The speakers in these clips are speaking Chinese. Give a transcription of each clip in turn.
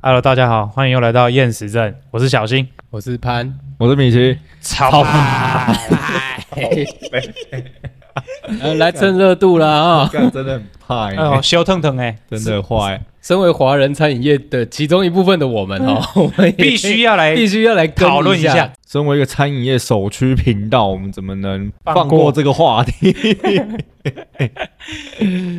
Hello，大家好，欢迎又来到厌食症，我是小新。我是 潘，我是米奇，超呃，来蹭热度啦啊、干真的很怕欸哎呦，修腾腾哎，真的坏，身为华人餐饮业的其中一部分的我们哦， 我们也 嗯必须要来哎必须要来跟讨论一一下。身为一个餐饮业首屈频道，我们怎么能放放过过这个话题？哎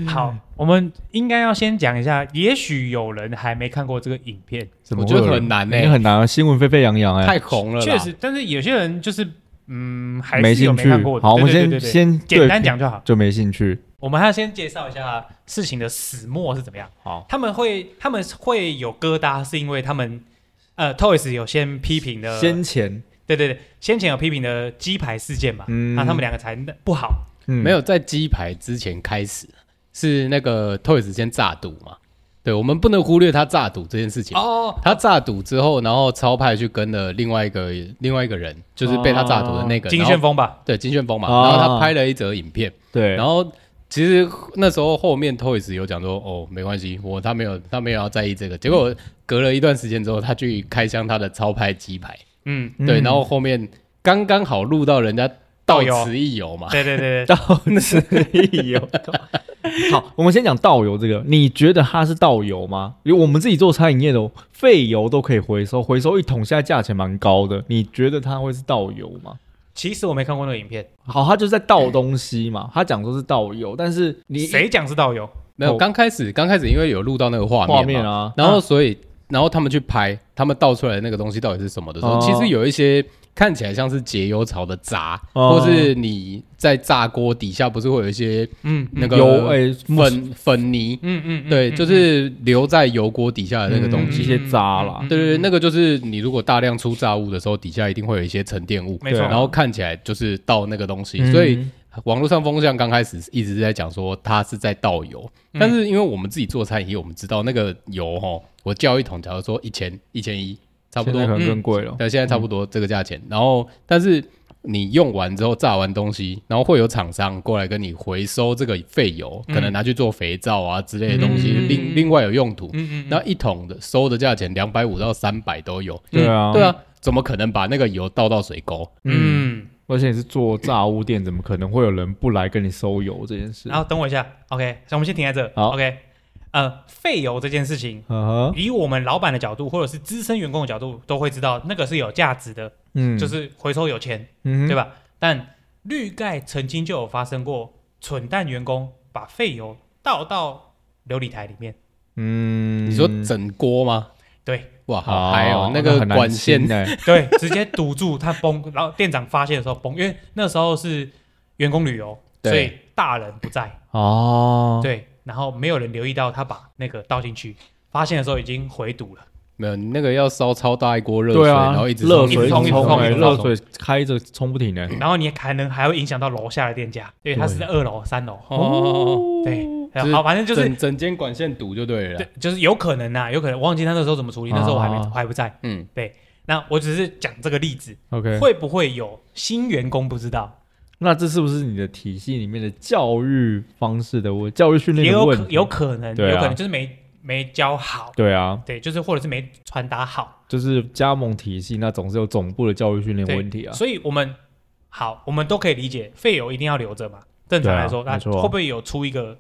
好，我们应该要先讲一下，也许有人还没看过这个影片， 怎么我觉得会有人很难欸因为很难啊，新闻沸沸扬扬哎，太红了啦，确实，但是有些人就是嗯，还没是有兴没趣看过。。好，我对们对对对先对先简单对讲就好。就没兴趣。我们还要先介绍一下事情的始末是怎么样。好，他们会他们会有疙瘩，是因为他们呃，Toys 有先批评的，先前对对对，先前有批评的鸡排事件嘛，嗯那他们两个才不好。嗯没有在鸡排之前开始，是那个 Toys 先炸赌嘛？对，我们不能忽略他炸赌这件事情。哦，他炸赌之后，然后超派去跟了另外一个另外一个人，就是被他炸赌的那个哦金然旋后风吧？对金旋风嘛。哦然后他拍了一则影片，对，然后其实那时候后面 Toys 有讲说，哦，没关系，我他没有他没有要在意这嗯个。结果隔了一段时间之后，他去开箱他的超派鸡排，嗯，对，嗯然后后面刚刚好录到人家导到游此一游哦嘛，对对 对对，到此 一游。好，我们先讲倒油这个，你觉得它是倒油吗？因为我们自己做餐饮业的，废油都可以回收，回收一桶现在价钱蛮高的，你觉得它会是倒油吗？其实我没看过那个影片，好，他就是在倒东西嘛，他讲说是倒油，但是你谁讲是导游？没有，哦刚开始刚开始因为有录到那个画面嘛画面啊然后所以然后他们去拍他们倒出来的那个东西到底是什么的时候，哦其实有一些看起来像是解忧槽的杂，哦或是你在炸锅底下不是会有一些嗯那个油哎粉粉泥，嗯嗯，嗯对，嗯就是留在油锅底下的那个东一西。些渣啦嗯嗯嗯对对对，那个就是你如果大量出炸物的时候，底下一定会有一些沉淀物，没错对然后看起来就是倒那个东西，嗯所以网络上风向刚开始一直在讲说它是在倒油，嗯但是因为我们自己做餐饮，我们知道那个油哈，我叫一桶，假如说一千一千一，差不多现在可能更贵了。对，现在差不多这个价钱。然后，但是你用完之后炸完东西，然后会有厂商过来跟你回收这个废油，嗯可能拿去做肥皂啊之类的东西，嗯另另外有用途。嗯嗯那一桶的收的价钱两百五到三百都有，对哦 啊，对，啊，怎么可能把那个油倒到水沟？嗯，嗯，而且你是做炸物店，怎么可能会有人不来跟你收油这件事？然后等我一下，OK，所以我们先停在这好，OK，呃，废油这件事情。嗯哼，以我们老板的角度，或者是资深员工的角度，都会知道那个是有价值的，嗯，就是回收有钱，嗯对哼，吧？但绿盖曾经就有发生过蠢蛋员工把废油倒到琉璃台里面，嗯，你说整锅吗？对哇，好哦嗨哦，那那个很难管线，清欸对，直接堵住他崩，然后店长发现的时候崩，因为那时候是员工旅游，对所以大人不在，哦，对，然后没有人留意到他把那个倒进去，发现的时候已经回堵了，没有那个要烧超大一锅热水，对啊，然后一直热冲水一直冲一直冲冲欸一直热冲水开着冲不停欸呢。然后你还能还会影响到楼下的店家，因为他是在二楼、三楼，哦哦哦，对，呃就是好，反正就是整整间管线堵就对了啦对。，就是有可能啊呐、有可能我忘记他那时候怎么处理，那时候我还没、啊我还不在。嗯，那我只是讲这个例子， OK，会不会有新员工不知道？那这是不是你的体系里面的教育方式的问，教育训也练的有问可题？有可能，对啊有可能就是没没教好，对啊，对，就是或者是没传达好，就是加盟体系，那总是有总部的教育训练对问题啊。所以我们好，我们都可以理解，废油一定要留着嘛。正常来说，对啊那没错会不会有出一个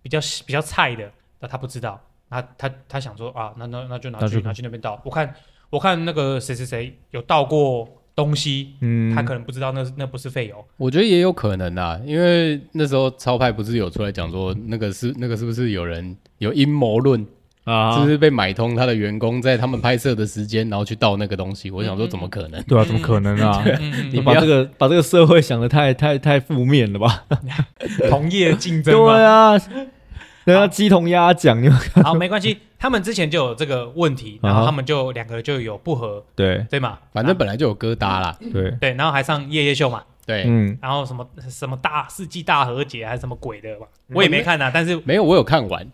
比较比较菜的？那他不知道，那他他想说啊，那那那就拿那去就拿去那边倒。我看我看那个谁谁谁有倒过东西，嗯，他可能不知道那那不是废油。我觉得也有可能啊，因为那时候超派不是有出来讲说，那个是那个是不是有人有阴谋论，是啊不，是被买通他的员工在他们拍摄的时间，然后去盗那个东西？我想说怎么可能？对啊，怎么可能啊？嗯 你不把要这个把这个社会想的太太太负面 了吧？同业竞争 对嘛。啊，人家鸡同鸭讲，你们好，没关系，他们之前就有这个问题，然后啊哈他们就两个就有不和，对对嘛？反正啊本来就有疙瘩啦，对，对，然后还上夜夜秀嘛，对，嗯，然后什么什么大世纪大和解还是什么鬼的嘛，嗯我也没看啊呐，但是没有我有看完，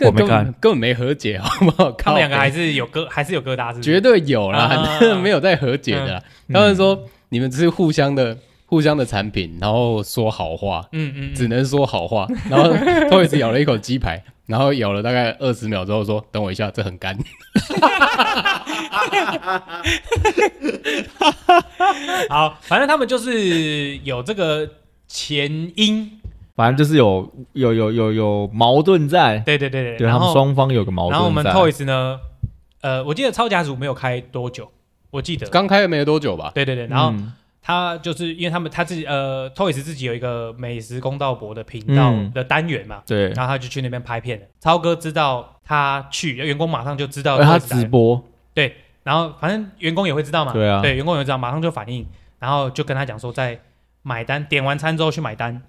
我没根本看，根本没和解，好不好？他们两个还是是有哦疙还是有疙瘩，是不是绝对有啦啊，但是 没有在和解的啦。嗯他们说你们只是互相的互相的产品，然后说好话，嗯嗯嗯，只能说好话。然后托一次咬了一口鸡排，然后咬了大概二十秒之后说：“等我一下，这很干。好，反正他们就是有这个前因，反正就是有有有有有矛盾在，对对对对然他们后双方有个矛盾在。然后我们 Toys 呢，呃，我记得超甲组没有开多久，我记”得，刚开没多久吧？对对对，然后嗯他就是因为他们他自己呃 Toys 自己有一个美食公道博的频道嗯的单元嘛，对，然后他就去那边拍片了。超哥知道他去，员工马上就知道而呃哎他 Toys 来了直播，然后反正员工也会知道嘛，对啊员工也会知道，马上就反应，然后就跟他讲说，在买单点完餐之后去买单，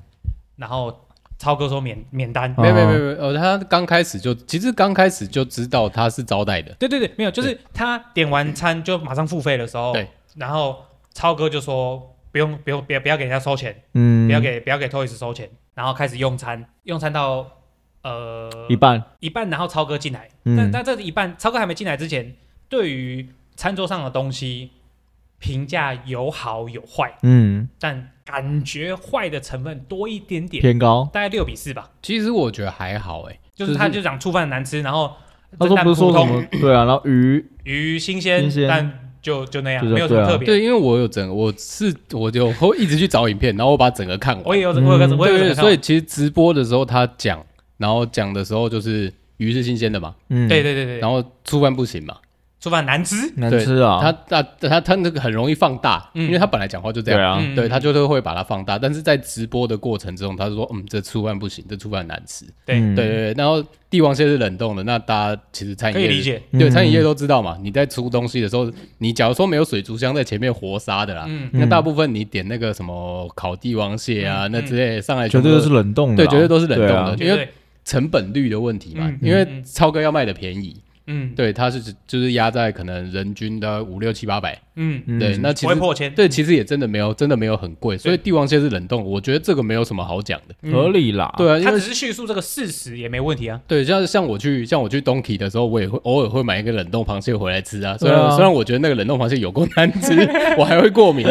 然后超哥说免免单，哦没有没有没有没有，呃，他刚开始就其实刚开始就知道他是招待的，对对对，没有，就是他点完餐就马上付费的时候，对，然后超哥就说不用不用不要不要给人家收钱，嗯，不要给不要给 Toys 收钱，然后开始用餐，用餐到呃一半，一半，然后超哥进来，嗯但但这一半超哥还没进来之前，对于餐桌上的东西评价有好有坏。嗯，但感觉坏的成分多一点点，偏高。大概六比四吧。其实我觉得还好哎、就是他就讲醋饭难吃，然后他说但不是说普什通么对啊，然后鱼鱼新鲜新，鲜但就就那样，就是没有什么对啊特别。对，因为我有整，我是我就会一直去找影片，然后我把整个看完。我也有嗯我有个我对有对个对，所以其实直播的时候他讲，然后讲的时候就是鱼是新鲜的嘛，嗯，对对对对，然后醋饭不行嘛，醋饭难吃，难对吃啊，他他他他那个很容易放大，嗯因为他本来讲话就这对样，啊，嗯对他就是会把它放大，但是在直播的过程中，他就说嗯这醋饭不行，这醋饭难吃，对嗯对对对，然后帝王蟹是冷冻的，那大家其实餐饮可以业理解。对嗯餐饮业都知道嘛，你在出东西的时候，你假如说没有水族箱在前面活杀的啦，嗯，那大部分你点那个什么烤帝王蟹啊，嗯那之类的上来绝全部对都都是冷冻的对，啊，绝对都是冷冻对的，啊对因为对，成本率的问题嘛嗯，因为嗯超哥要卖的便宜，嗯对，他是就是压在可能人均的五六七八百，嗯，嗯对，那其不会实破千，对，其实也真的没有，真的没有很贵，所以帝王蟹是冷冻，我觉得这个没有什么好讲的，嗯合。理啦，对啊，因他为只是叙述这个事实也没问题啊。对，像像我去像我去东体的时候，我也会偶尔会买一个冷冻螃蟹回来吃啊。虽然、对啊虽然我觉得那个冷冻螃蟹有够难吃，我还会过敏。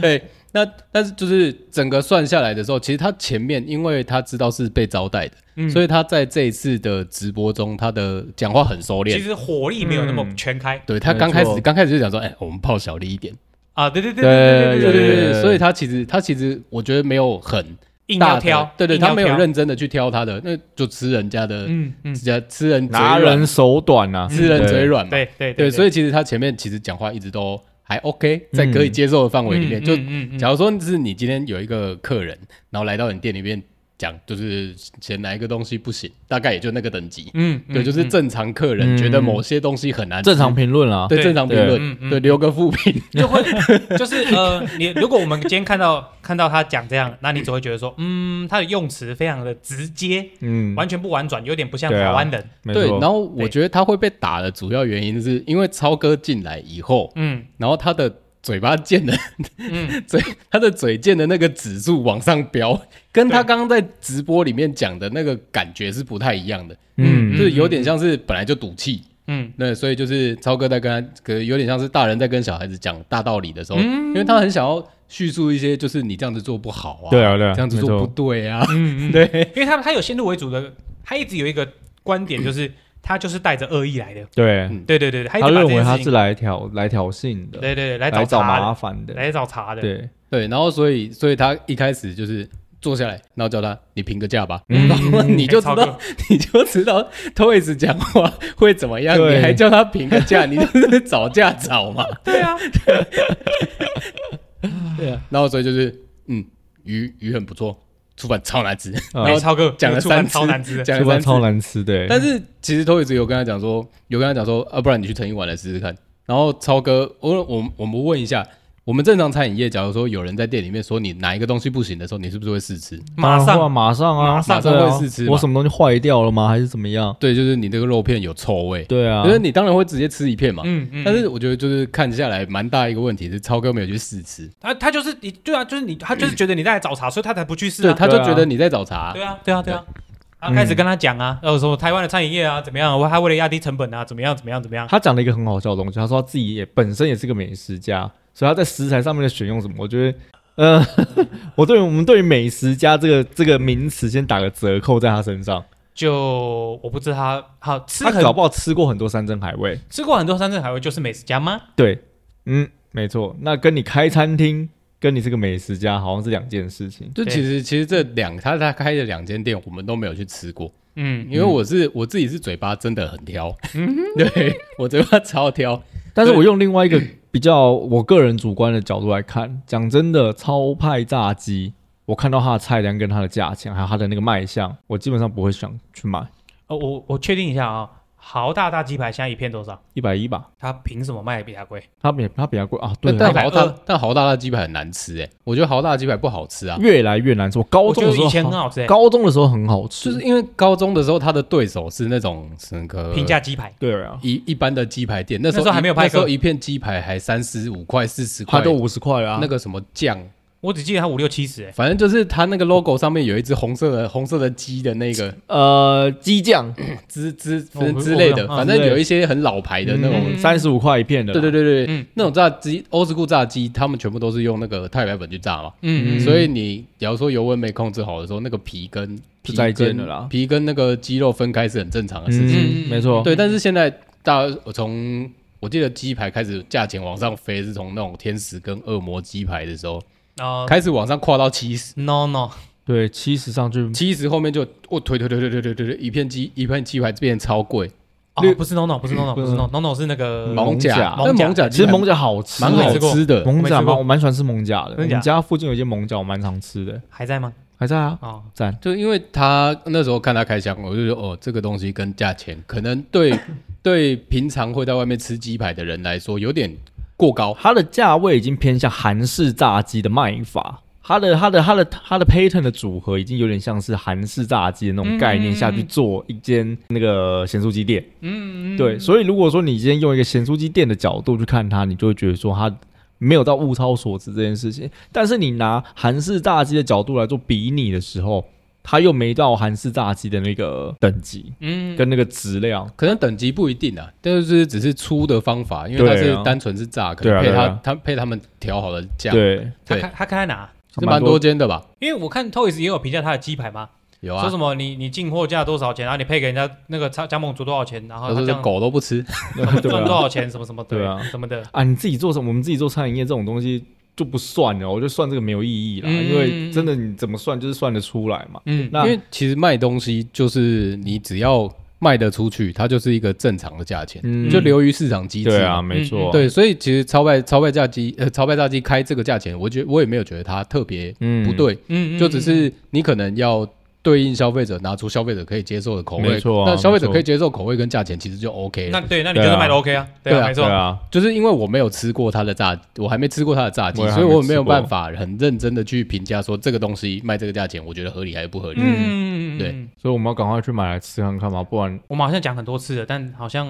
对，那但是就是整个算下来的时候，其实他前面因为他知道是被招待的，嗯，所以以他在这一次的直播中，他的讲话很收其敛。实火力没有那么嗯全开对他没刚开错始刚开始就讲说，哎、我们泡小力一点。啊。对对对对对对对对，对对对，所以他其实他其实我觉得没有很硬大要的挑，对对，硬要他没有挑，认真的去挑他的，那就吃人家的，嗯嗯，人家吃人嘴拿软人手短啊，吃人嘴软嘛。对对对，嗯所以以其实他前面其实讲话一直都还 OK，在可以接受的范围里面。就嗯嗯假如说是你今天有一个客人，然后来到你店里面讲，就是嫌哪一个东西不行，大概也就那个等级。嗯，嗯对，就是嗯正常客人嗯觉得某些东西很难吃，正常评论啊，对对正常评嗯嗯论，对留个负评。 就会就是呃，你如果我们今天看到 看到他讲这样，那你只会觉得说，嗯，他的用词非常的直接，嗯，完全不婉转，有点不像对啊台湾人。没对，错然，后我觉得他会被打的主要原因是因为超哥进来以后，嗯然后他的嘴巴贱的嗯，嘴，他的嘴贱的那个指数往上 飙，跟他对刚刚在直播里面讲的那个感觉是不太一样的，嗯就嗯是有点像是本来就赌气， 嗯那所以就是超哥在跟他，可有点像是大人在跟小孩子讲大道理的时候，嗯因为他很想要叙述一些就是你这样子做不好啊，对啊对啊，这样子没做不错，对啊，嗯嗯，对，因为他他有先入为主的，他一直有一个观点，就是他就是带着恶意来的。对，对对对对，他一他直把认这为件他事是情，来挑来挑衅的，对对对，来来找找茬麻的，烦的，来找茬的。对， 对，然后所以所以他一开始就是坐下来，然后叫他你评个价吧， 嗯然后你就知哎超哥道你就知道 Toys 讲话会怎么样，对你还叫他评个价，你就是找架吵嘛。对啊，对啊，然后所以就是嗯，鱼鱼很不错，出版超难 吃，嗯哎超哥讲了这个触三犯次超难吃的。讲这了番三次超难吃的，但是其实 Toys 有跟他讲说，有跟他讲说，啊，不然你去盛一碗来试试看。然后超哥，我我们我们问一下，我们正常餐饮业，假如说有人在店里面说你哪一个东西不行的时候，你是不是会试吃？马当然会啊上，马上啊，马上对啊会试吃嘛我什么东西坏掉了吗？还是怎么样？对，就是你这个肉片有臭味，对啊就，是你当然会直接吃一片嘛。嗯嗯，但是我觉得就是看下来蛮大一个问题是，超哥没有去试吃，他他就是你，对啊，就是你，他就是觉得你在找茬，所以他才不去试对，啊。他就对啊觉得你在找茬。对啊，对啊，对啊。啊，嗯开始跟他讲啊，然后说台湾的餐饮业啊，怎么样？我还为了压低成本啊，怎么样？怎么样？怎么 样？他讲了一个很好笑的东西，他说他自己也本身也是个美食家，所以他在食材上面的选用什么，我觉得。呃， 我对于我们对于美食家这个这个名词，先打个折扣在他身上。就我不知道他好吃他很搞不好吃过很多山珍海味。吃过很多山珍海味，就是美食家吗？对，嗯，没错。那跟你开餐厅，跟你是个美食家，好像是两件事情。就对其实其实这两他他开的两间店，我们都没有去吃过，嗯，因为我是我自己是嘴巴真的很挑， 对我嘴巴超挑，但是我用另外一个比较我个人主观的角度来看，讲真的，超派炸鸡，我看到它的菜单跟它的价钱，还有它的那个卖相，我基本上不会想去买。哦，我我确定一下啊、豪大大鸡排现在一片多少？一百一吧，他凭什么卖得比他贵？它比它比较贵啊，对但啊但豪大120但豪大的鸡排很难吃哎、我觉得豪大的鸡排不好吃啊，嗯越来越难吃。我高我中觉的得时候以前很好好吃、欸，高中的时候很好吃，就是因为高中的时候他的对手是那种那个平价鸡排。对啊，一一般的鸡排店，那时那时候还没有派那克时候一片鸡排还三十五块四十它块都。五十块啊，那个什么酱，我只记得他五六七十、欸，反正就是它那个 logo 上面有一只红色的红色的鸡的那个呃鸡酱之之哦我之类的，我懂啊反正有一些很老牌的那种嗯三十五块一片的，对对，对对，嗯那种炸鸡，欧式库炸鸡，他们全部都是用那个太白粉去炸嘛。嗯所以你假如说油温没控制好的时候，那个皮跟皮就再见跟了啦皮跟那个鸡肉分开是很正常的事情。嗯，嗯没错，对，但是现在大我从我记得鸡排开始价钱往上飞，是从那种天使跟恶魔鸡排的时候哦、开始往上跨到七十， no no，对，七十上去七十后面就我推推推推推推推推，一片鸡一片鸡排变超贵，哦六不是 no no，不是 no no，不是 no no，no 是那个蒙甲嗯甲，但蒙甲其实鸡排蒙甲好吃，哦蛮好吃的，蒙我没甲吃蛮过我蛮喜欢吃蒙甲的，我真假们家附近有一间蒙甲，我蛮常吃的，还在吗？还在啊，哦，赞。就因为他那时候看他开箱，我就觉得哦，这个东西跟价钱可能对 对平常会在外面吃鸡排的人来说有点过高。它的价位已经偏向韩式炸鸡的卖法，它的它的它的它的 pattern 的组合已经有点像是韩式炸鸡的那种概念嗯下去做一间那个咸酥鸡店。嗯，嗯对，，所以如果说你今天用一个咸酥鸡店的角度去看它，你就会觉得说它没有到物超所值这件事情。但是你拿韩式炸鸡的角度来做比拟的时候，它又没到韩式炸鸡的那个等级嗯，跟那个质量。可能等级不一定啊，但是只是出的方法，因为它对是啊单纯是炸，可对能啊配对他啊他配他们调好的酱，对，他对开他开在哪？是蛮多间的吧？因为我看 Toys 也有评价他的鸡排嘛，有说啊什，么你你进货价多少钱，然后啊你配给人家那个加加盟主多少钱，然后他他这说这样 狗都不吃， 对赚多啊，少钱什么什么的，对啊什么的，啊，你自己做什么？我们自己做餐饮业这种东西就不算了，我就算这个没有意义啦，嗯因为真的你怎么算就是算得出来嘛。嗯，那因为其实卖东西就是你只要卖得出去，它就是一个正常的价钱，嗯就流于市场机制对嘛啊，没错，嗯对，所以其实超卖超卖炸鸡，呃，超卖炸鸡开这个价钱，我觉我也没有觉得它特别嗯不，对，嗯，嗯就只是你可能要对应消费者拿出消费者可以接受的口味，没错啊那消费者没错可以接受口味跟价钱，其实就 OK 嗯了。那对，那你就是卖的 OK 啊，对对啊没对错，啊，就是因为我没有吃过它的炸，我还没吃过它的炸鸡我，也还所以我没没有吃过办法很认真的去评价说这个东西卖这个价钱，我觉得合理还是不合理。嗯，嗯嗯嗯对嗯所以我们要赶快去买来吃看看嘛，不然我们好像讲很多次了，但好像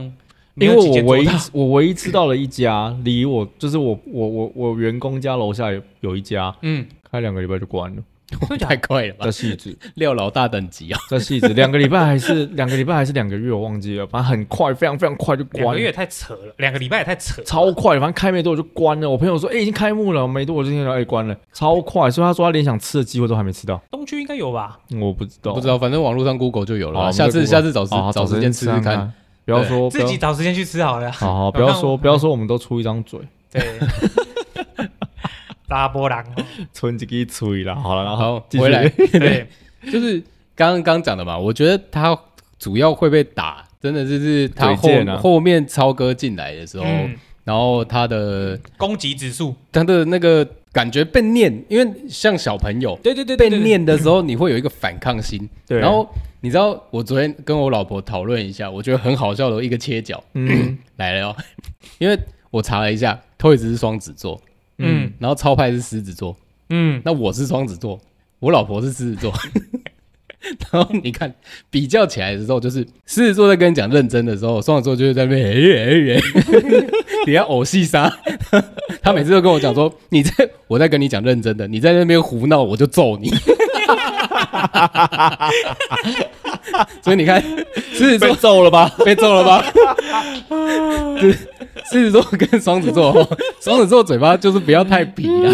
没因有为几间做我唯一到我唯一知道的一家，离我就是我我我我员工家楼下有有一家，嗯，开两个礼拜就关了，真的假 太的？快了吧在，戏子，廖老大等级啊！在戏子，两个礼拜还是两个礼拜还是两个月，我忘记了，反正很快，非常非常快就两关个了月。太扯了，两个礼拜也太扯了，超快，反正开没多久就关了。我朋友说，哎、已经开幕了，没多久就听到，哎、关了，超快。所以他说他连想吃的机会都还没吃到，东区应该有吧？我不知道，不知道，反正网络上 Google 就有好。了啊。我们下再次哦 Google 下哦次找时好好找时间吃看吃看。，不要说不自要己找时间去吃好了。好好，不要看我说不要说，我们都出一张嘴，对，拉波浪，存几个嘴啦。好了，然后好继续回来对， 就是刚刚刚讲的嘛，我觉得他主要会被打，真的就是他后嘴贱啊后面超哥进来的时候，嗯，然后他的攻击指数，他的那个感觉被念，因为像小朋友对对对，被对对念的时候，你会有一个反抗心。 对然后你知道，我昨天跟我老婆讨论一下，我觉得很好笑的一个切角嗯来了哦， 因为我查了一下，托一直是双子座，嗯然后超派是狮子座，嗯，那我是双子座，我老婆是狮子座。 然后你看比较起来的时候，就是狮子座在跟你讲认真的时候，双子座就是在那边哎哎哎， 你要偶戏杀。 他每次都跟我讲说，你在我在跟你讲认真的，你在那边胡闹，我就揍 你。所以你看，狮子座 揍了吧？被揍了吧？ 狮子座跟双子座，双子座嘴巴就是不要太比啊。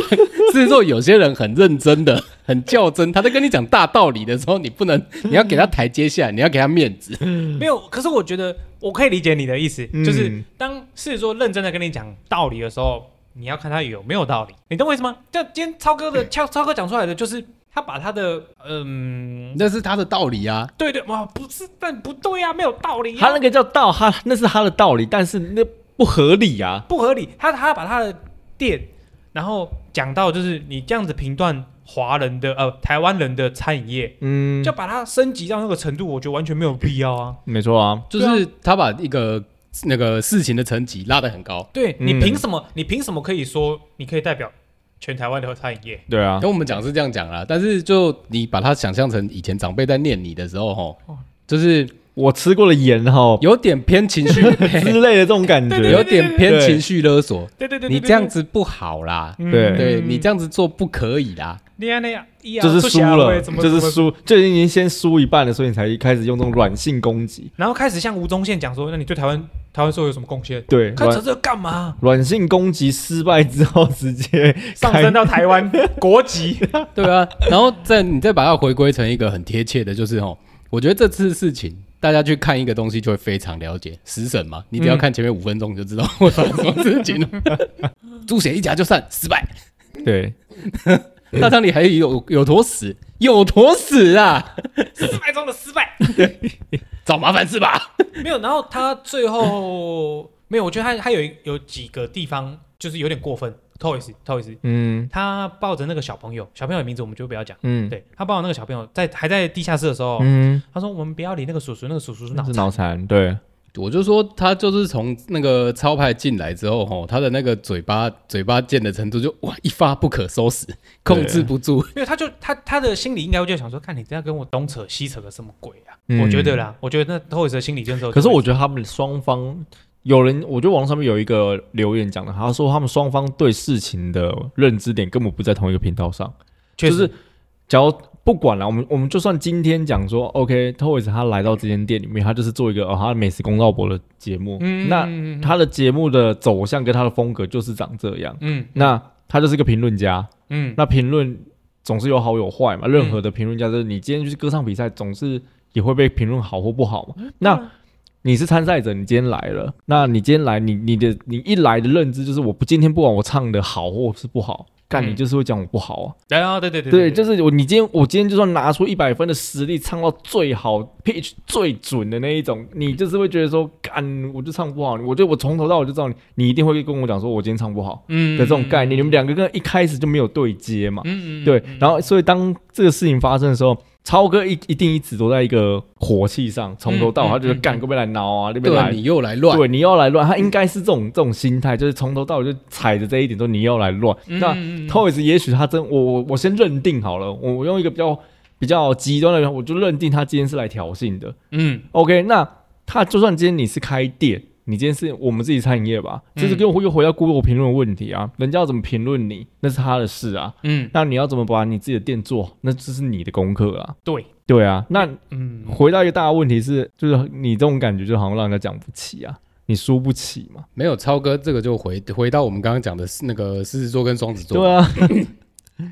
狮子座有些人很认真的，很较真，他在跟你讲大道理的时候，你不能，你要给他台阶下，你要给他面子。没有，可是我觉得我可以理解你的意思，嗯就是当狮子座认真的跟你讲道理的时候，你要看他有没有道理，你懂我意思吗？就今天超哥嗯的超超哥讲出来的，就是他把他的嗯，那是他的道理啊。对对，哇，不是，但不对啊，没有道理、他啊那，个叫道，他那是他的道理，但是那不合理啊。不合理。他他把他的店，然后讲到就是你这样子评断华人的呃台湾人的餐饮业，嗯，就把它升级到那个程度，我觉得完全没有必要啊。没错啊。就是他把一个那个事情的层级拉得很高。对你嗯凭什么？你凭什么可以说你可以代表全台湾的餐饮业？对啊，跟我们讲是这样讲啦，但是就你把它想象成以前长辈在念你的时候，吼，就是我吃过了盐哈有点偏情绪，之类的这种感对觉 有，点偏情绪勒索。对对对，你这样子不好啦，对对你这样，样子做不可以啦。你看那样，一啊就是输了，出社会怎么就是怎么输，就已经先输一半了，所以你才开始用这种软性攻击。然后开始向吴宗宪讲说，那你对台湾台湾社会有什么贡献？对，他软扯这个干嘛？软性攻击失败之后，直接 上开升到台湾国 籍，对啊，然后再你再把它回归成一个很贴切的，就是吼，我觉得这次事情大家去看一个东西就会非常了解。十审嘛，你只要看前面五分钟你就知道 会发生什么事情了。猪血一夹就散，失败。对，大堂里还有有坨屎，有坨屎啊，失败中的失败。找麻烦是吧？没有，然后他最后没有，我觉得他他有一有几个地方就是有点过分，不好意思，不好意思，嗯他抱着那个小朋友，小朋友的名字我们就不要讲。嗯对他抱着那个小朋友在还在地下室的时候，嗯，他说我们不要理那个叔叔，那个叔叔是脑是残。脑残，对，我就说他就是从那个超派进来之后，吼，他的那个嘴巴嘴巴贱的程度就哇一发不可收拾，控制不住。因为他就他他的心里应该就想说，看你这样跟我东扯西扯个什么鬼啊？嗯我觉得啦，我觉得那托尔斯的心理建设。可是我觉得他们双方有人，我觉得网络上面有一个留言讲的，他说他们双方对事情的认知点根本不在同一个频道上，确就实是假如不管了，我们我们就算今天讲说，OK，Toys 他来到这间店里面，他就是做一个哦，他的美食公道博的节目，嗯那嗯他的节目的走向跟他的风格就是长这样，嗯那他就是个评论家，嗯那评论总是有好有坏嘛，任何的评论家就是你今天去歌唱比赛，总是也会被评论好或不好嘛。那你是参赛者，你今天来了，那你今天来，你你的你一来的认知就是我不今天不管我唱的好或是不好。干，嗯你就是会讲我不好啊！然后对对对对，就是是我，你今天我今天就算拿出一百分的实力，唱到最好 pitch 最准的那一种，你就是会觉得说，干，我就唱不好。我就我从头到尾就知道你，你一定会跟我讲说，我今天唱不好嗯的这种概念。你们两个跟一开始就没有对接嘛？嗯嗯对，然后所以当这个事情发生的时候，超哥一一定一直都在一个火气上，从头到尾嗯他就是嗯干，各边来挠啊，那边对啊，来，你又来乱，对，你要来乱，他应该是这种这种心态，就是从头到尾就踩着这一点说你要来乱。嗯那 Toys 也许他真，我我我先认定好了，我我用一个比较比较极端的，我就认定他今天是来挑衅的。嗯 OK，那他就算今天你是开店，你今天是我们自己餐饮业吧，这是又又回到 Google 评论的问题啊，人家要怎么评论你，那是他的事啊。嗯那你要怎么把你自己的店做好？那这是你的功课啊。对对啊，那嗯回到一个大的问题是，就是你这种感觉就好像让人家讲不起啊，你输不起嘛。没有超哥，这个就回回到我们刚刚讲的是那个狮子座跟双子座。对啊，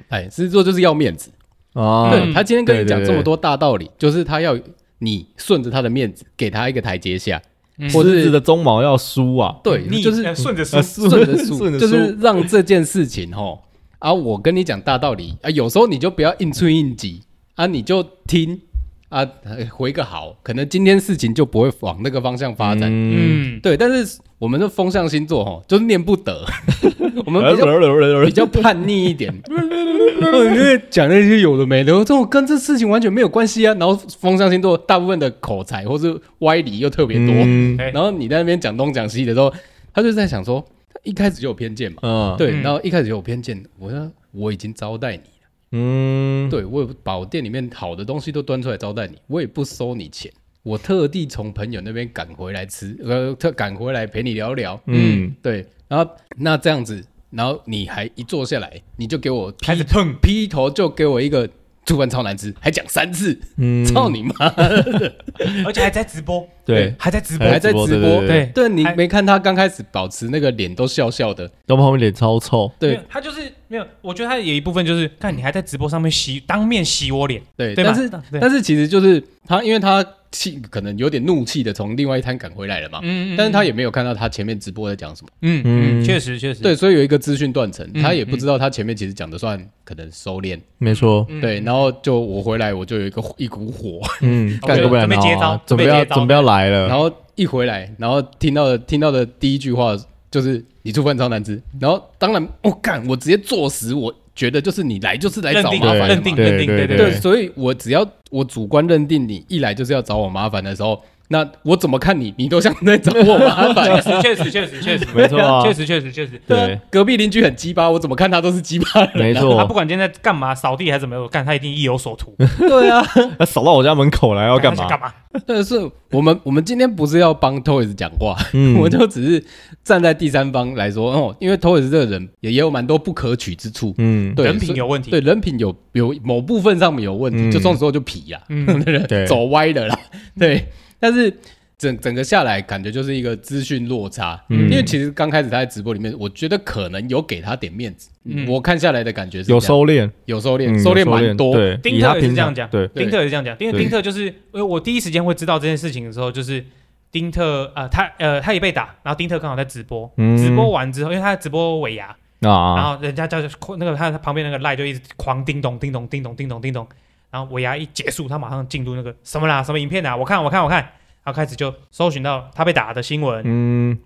哎，狮子座就是要面子。啊对他今天跟你讲对对对这么多大道理，就是他要你顺着他的面子，给他一个台阶下。嗯或狮子是的鬃毛要梳啊，对，逆就是呃顺着呃说，顺顺着顺输，着就是梳让这件事情吼啊，我跟你讲大道理啊，有时候你就不要硬吹硬挤啊，你就听啊，呃回个好，可能今天事情就不会往那个方向发展。嗯，嗯对，但是我们的风象星座吼，就是念哎不得， 我们比较比比较叛逆一 点，因为讲那些有的没的，这种跟这事情完全没有关系啊。然后风象星座大部分的口才或是歪理又特别多，嗯哎然后你在那边讲东讲西的时候，他就在想说，他一开始就有偏见嘛，嗯对，嗯然后一开始就有偏见，我说我已经招待你了，嗯，对我有把我店里面好的东西都端出来招待你，我也不收你钱。我特地从朋友那边赶回来吃，呃，特赶回来陪你聊聊，嗯，对，然后那这样子，然后你还一坐下来，你就给我开劈始碰劈头就给我一个醋饭超难吃，还讲三次，嗯操你妈！而且还在直播，对，还在直播，还在直直播，播对对对对你还没看他刚开始保持那个脸都笑笑的，然后旁边脸超臭，没对有，他就是没有，我觉得他有一部分就是，看你还在直播上面洗，当面洗我脸，对，对吧但是对但是其实就是他，因为他气可能有点怒气的从另外一摊赶回来了嘛，嗯但是他也没有看到他前面直播在讲什么，嗯嗯嗯，确实确实，对，所以有一个资讯断层，嗯他也不知道他前面其实讲的算可能收敛，没错，嗯对，，然后就我回来我就有一个一股火，嗯，我干觉得个不然准备接好啊招准备准备要接招准备要来了，然后一回来，然后听到的听到的第一句话就是你触犯超难吃，然后当然我干、我直接坐实，我觉得就是你来就是来认找定麻烦的认嘛定对认定，对对对，对，所以我只要我主观认定你一来就是要找我麻烦的时候，那我怎么看你，你都像在找我麻烦。 确 实确实确实确实，没错 啊确实确实确实。啊对，隔壁邻居很鸡巴，我怎么看他都是鸡巴人。啊没他不错，管今天在干嘛，扫地还是怎么样，我干他一定一有所图。对啊，他哎扫到我家门口 来要干他想嘛干？嘛？但是我们我们今天不是要帮 Toys 讲话，嗯我就只是站在第三方来说哦，因为 Toys 这个人也也有蛮多不可取之处，嗯，对人品所以有问题对人品有有某部分上面有问题，嗯就这种时候就皮啦，嗯对不对 对走歪了啦， 对。但是整整个下来，感觉就是一个资讯落差，因嗯为其实刚开始他在直播里面，我觉得可能有给他点面子，嗯我看下来的感觉是有这样收敛，有收敛，嗯收敛有蛮多，对，丁以特他也是平这样常讲对，对丁特也是这样讲，因为对丁特就是因为我第一时间会知道这件事情的时候，就是丁特啊、呃他呃他也被打，然后丁特刚好在直播，嗯直播完之后，因为他在直播尾牙，然啊，后人家叫那个他他旁边那个赖就一直狂叮咚叮咚叮咚叮咚叮咚，然后尾牙一结束，他马上进入那个什么啦什么影片啊，我看我看我看，然后开始就搜寻到他被打的新闻，嗯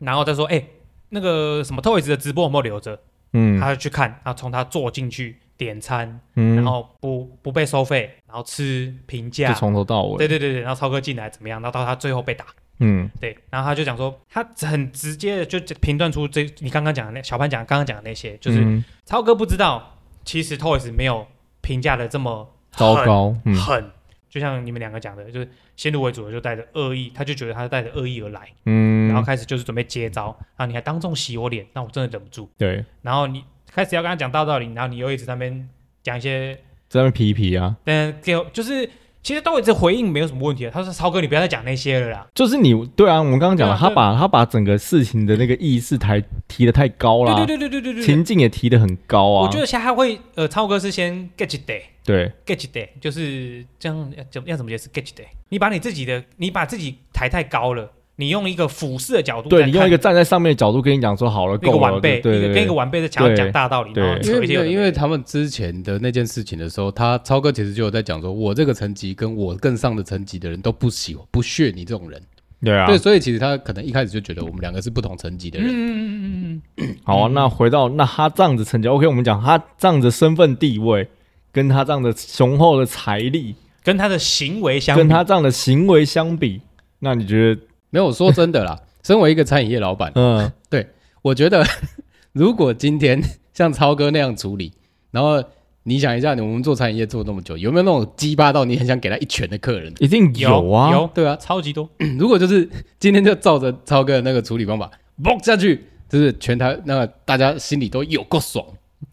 然后再说哎、那个什么 Toys 的直播有没有留着，嗯他就去看，然后从他坐进去点餐，嗯，然后不不被收费，然后吃平就价，从头到对尾，对对对，然后超哥进来怎么样，然后到他最后被打，嗯对，然后他就讲说，他很直接的就评断出这你刚刚讲的那小潘讲刚刚讲的那些，就是、嗯超哥不知道，其实 Toys 没有评价的这么糟狠糕，嗯狠，就像你们两个讲的，就是先入为主的就带着恶意，他就觉得他带着恶意而来，嗯，然后开始就是准备接招，然后你还当众洗我脸，那我真的忍不住，对，然后你开始要跟他讲大道理，然后你又一直在那边讲一些在那边皮皮啊，但给我就是，其实到底这回应没有什么问题啊。他说：“超哥，你不要再讲那些了啦。就是你对啊，我们刚刚讲了，对啊他对把他把整个事情的那个意识抬提的太高”啦，对对对对对对对。情境也提的很高啊，我觉得现在他会呃，超哥是先 get it day，get 对， it day，就是这样要怎么要怎么解释 get it day？你把你自己的，你把自己抬太高了，你用一个俯视的角度在对看，你用一个站在上面的角度跟你讲说好了，一个够了，晚辈，对一个对跟一个对，晚辈在想要讲大道理，对然后对因扯为一些没有有，的没因的为他们之前的那件事情的时候，他超哥其实就有在讲说，我这个层级跟我更上的层级的人都不喜不屑你这种人，对啊对，，所以其实他可能一开始就觉得我们两个是不同层级的人，嗯嗯嗯嗯好啊，那回到那他这样子成交，OK，我们讲他这样子身份地位。跟他这样的雄厚的财力，嗯，跟他的行为相比，跟他这样的行为相比，那你觉得，没有说真的啦。身为一个餐饮业老板，嗯，我觉得 如果今天 像超哥那样处理，然后你想一下，我们做餐饮业做那么久，有没有那种鸡巴到你很想给他一拳的客人？一定有啊，有对啊， 超级 多，如果就是今天就照着超哥的那个处理方法蹦下去，就是全台那个大家心里都有够爽，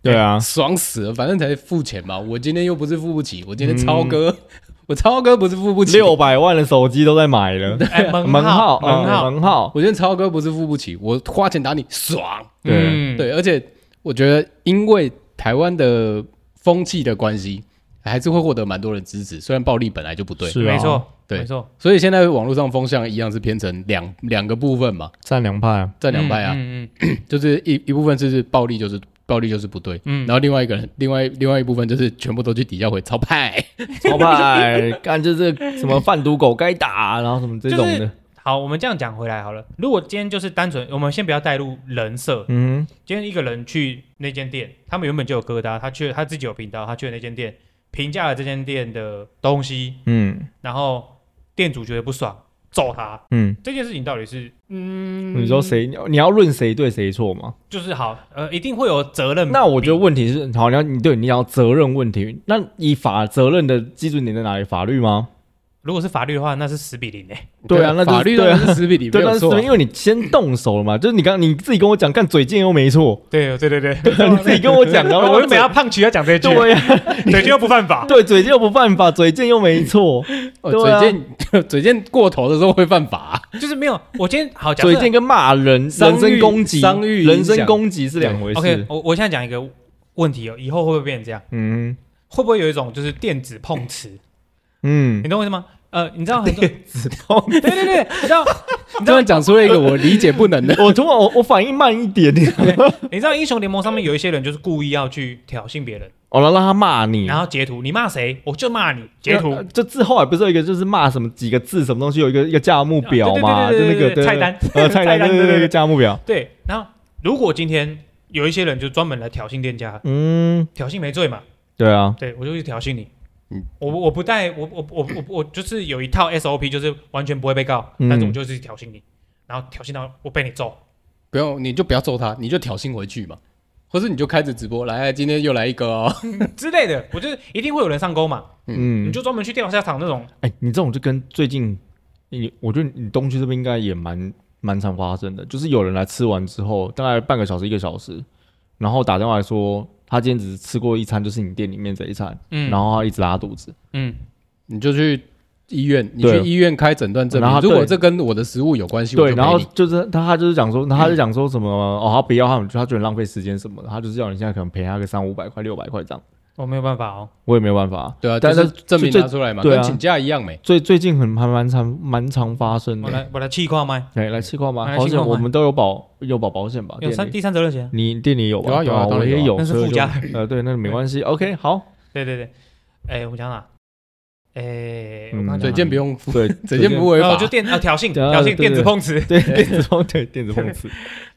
对哎啊，爽死了，反正才付钱嘛。我今天又不是付不起，我今天超哥， 我超哥不是付不起，嗯六百万的手机都在买了，哎， 门门号，门嗯号，门号，我今天超哥不是付不起，我花钱打你爽。对，嗯对，而且我觉得因为台湾的风气的关系，还是会获得蛮多人支持。虽然暴力本来就不对，是啊没错，对没错，所以现在网络上风向一样是偏成两两个部分嘛，占两派啊，占两派啊，嗯嗯 就是一一部分就是暴力，就是暴力就是不对，嗯，然后另外一个人，另外另外一部分就是全部都去底下回超派，超派，干就是什么贩毒狗该打，然后什么这种就的，好，我们这样讲回来好了。如果今天就是单纯，我们先不要带入人设。嗯今天一个人去那间店，他们原本就有疙瘩，他去他自己有频道，他去了那间店，评价了这间店的东西，嗯然后店主觉得不爽，揍他。嗯，这件事情到底是，嗯，你说谁？你要你要论谁对谁错嘛？就是好，呃，一定会有责任。那我觉得问题是，好，你要你对你要责任问题，那以法责任的基准点在哪里？法律吗？如果是法律的话，那是十比零诶。 对啊那就是法律当然是十比零，没对，但有是错啊。因为你先动手了嘛，就是你刚你自己跟我讲，干嘴贱又没 错，对对对对， 你自己跟我讲，然后我又没要胖曲要讲这一句， 对呀，对，就又不犯法。对，嘴贱又不犯法，嘴贱又没 错，哦对啊嘴贱 嘴贱过头的时候会犯法 啊，就是没有，我今天好假设嘴贱跟骂人、伤人身誉攻击、伤誉人影身响攻击是两回 OK，事。我我现在讲一个问题哦，以后会不会变成这样？嗯会不会有一种就是电子碰瓷？嗯你，懂我意思吗？呃，你知道很多，对子通，对对，你知道你突然讲出了一个我理解不能的 。我突然我我反应慢一点点， 你知道英雄联盟上面有一些人就是故意要去挑衅别人， 哦，然后让他骂你，然后截图，你骂谁我就骂你，截图呃。就之后还不是有一个就是骂什么几个字什么东西，有一个一个价目表嘛，啊对就对那对对个对对菜单，呃菜单对对对对价目表，对。然后如果今天有一些人就专门来挑衅店家，嗯，挑衅没罪嘛，对啊，对我就去挑衅你嗯。我我不带我我我我我就是有一套 SOP，就是完全不会被告，嗯但是我就是挑衅你，然后挑衅到我被你揍， 不用，你就不要揍他，你就挑衅回去嘛，或是你就开始直播，来，哎今天又来一个哦。 之类的，我就是一定会有人上钩嘛，嗯你，就专门去电玩下场那种，哎，你这种就跟最近你，我觉得你东区这边应该也蛮蛮常发生的，就是有人来吃完之后，大概半个小时一个小时，然后打电话来说他今天只是吃过一餐，就是你店里面这一餐，嗯然后他一直拉肚子，嗯，你就去医院，你去对医院开诊断证然后明。对如果这跟我的食物有关系，我对，就嗯然后赔你。就是他他就是讲说，他就讲说什么、哦，他不要他们，他觉得浪费时间什么的，他就是要你现在可能赔他个三五百块、六百块这样，我没有办法哦，我也没有办法啊、对啊，但但是是证明最拿出来嘛，对啊跟请假一样没。最最近很还蛮常蛮常发生我的，来我来气话麦，来来气来矿吧，气好险矿吧我们都有保有保保险吧，有店三里第三责任险，你店里有吧？有啊有啊对当我然也有有，那是所以附就加。呃，对，那没关系。OK，好， 对对对，哎，我讲哪？哎，我嗯刚刚嘴对讲贱不用，对， 嘴贱不哪，违然后法就。电啊挑衅 对啊挑对衅对电子碰瓷， 对电子风，对电子风刺，